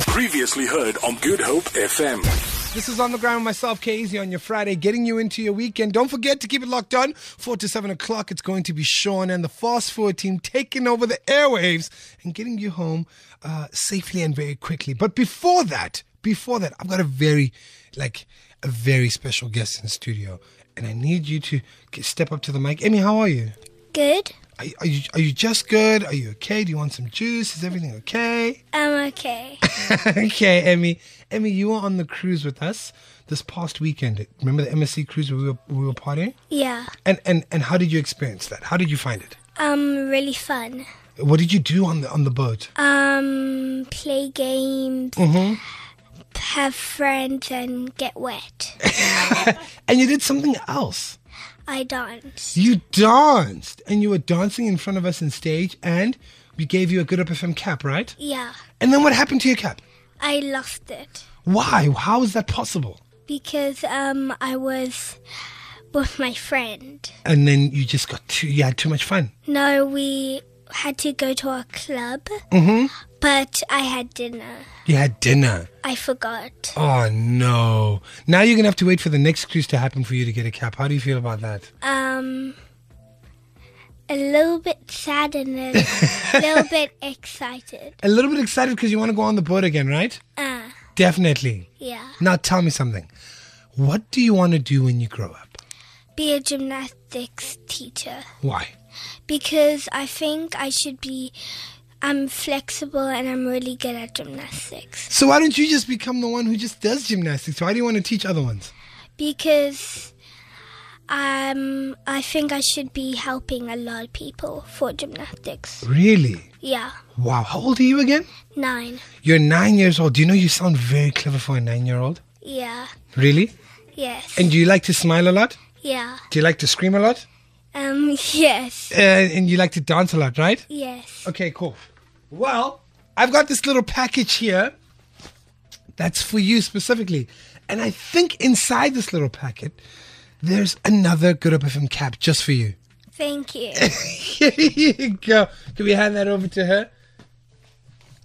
Previously heard on Good Hope FM. This is On the Ground with myself, Casey, on your Friday, getting you into your weekend. Don't forget to keep it locked on. 4 to 7 o'clock, it's going to be Sean and the Fast Forward team taking over the airwaves and getting you home uh, safely and very quickly. But before that, before that, I've got a very, like, a very special guest in the studio. And I need you to get, step up to the mic. Emmy, how are you? Good. are you? Are you Are you just good? Are you okay? Do you want some juice? Is everything okay? I'm okay. okay, Emmy. Emmy, you were on the cruise with us this past weekend. Remember the MSC cruise where we were, we were partying? Yeah. And, and and how did you experience that? How did you find it? Um, really fun. What did you do on the on the boat? Um, play games, have friends, and get wet. And you did something else. I dance. You danced, and you were dancing in front of us on stage, and we gave you a Good Up FM cap, right? Yeah. And then what happened to your cap? I lost it Why? How is that possible? because um I was with my friend. And then you just got too you had too much fun. No, we had to go to a club. But I had dinner. You had dinner. I forgot. Oh no! Now you're gonna have to wait for the next cruise to happen for you to get a cap. How do you feel about that? um a little bit sad and a little bit excited. A little bit excited because you want to go on the boat again, right? Uh, Definitely. yeah. Now tell me something. What do you want to do when you grow up? Be a gymnastics teacher Why? because I think I should be I'm flexible and I'm really good at gymnastics So why don't you just become the one who just does gymnastics? Why do you want to teach other ones? because um I think I should be helping a lot of people for gymnastics. Really? Yeah. Wow. How old are you again? 9. You're nine years old. Do you know you sound very clever for a nine-year-old? Yeah. Really? Yes. And do you like to smile a lot? yeah. Do you like to scream a lot? Um yes. Uh, and you like to dance a lot, right? Yes. Okay, cool. Well, I've got this little package here that's for you specifically. And I think inside this little packet, there's another Good Up FM cap just for you. Thank you. Here you go. Can we hand that over to her?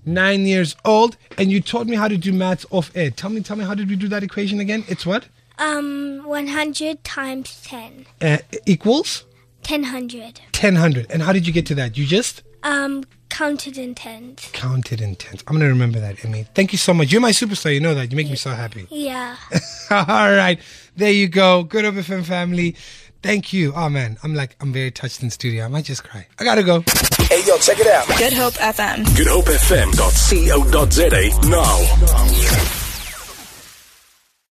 Nine years old, and you taught me how to do maths off air. Tell me, tell me, how did we do that equation again? It's what? Um, 100 times 10. Uh, equals 1000. 1000. And how did you get to that? You just Um, counted in tens. counted in tens. I'm going to remember that, Emmy. Thank you so much. You're my superstar. You know that. You make me so happy. Yeah. All right. There you go. Good up FM family. Thank you. Oh man, I'm like I'm very touched in studio. I might just cry. I gotta go. Hey, yo, check it out. Good Hope FM. GoodHopeFM.co.za now.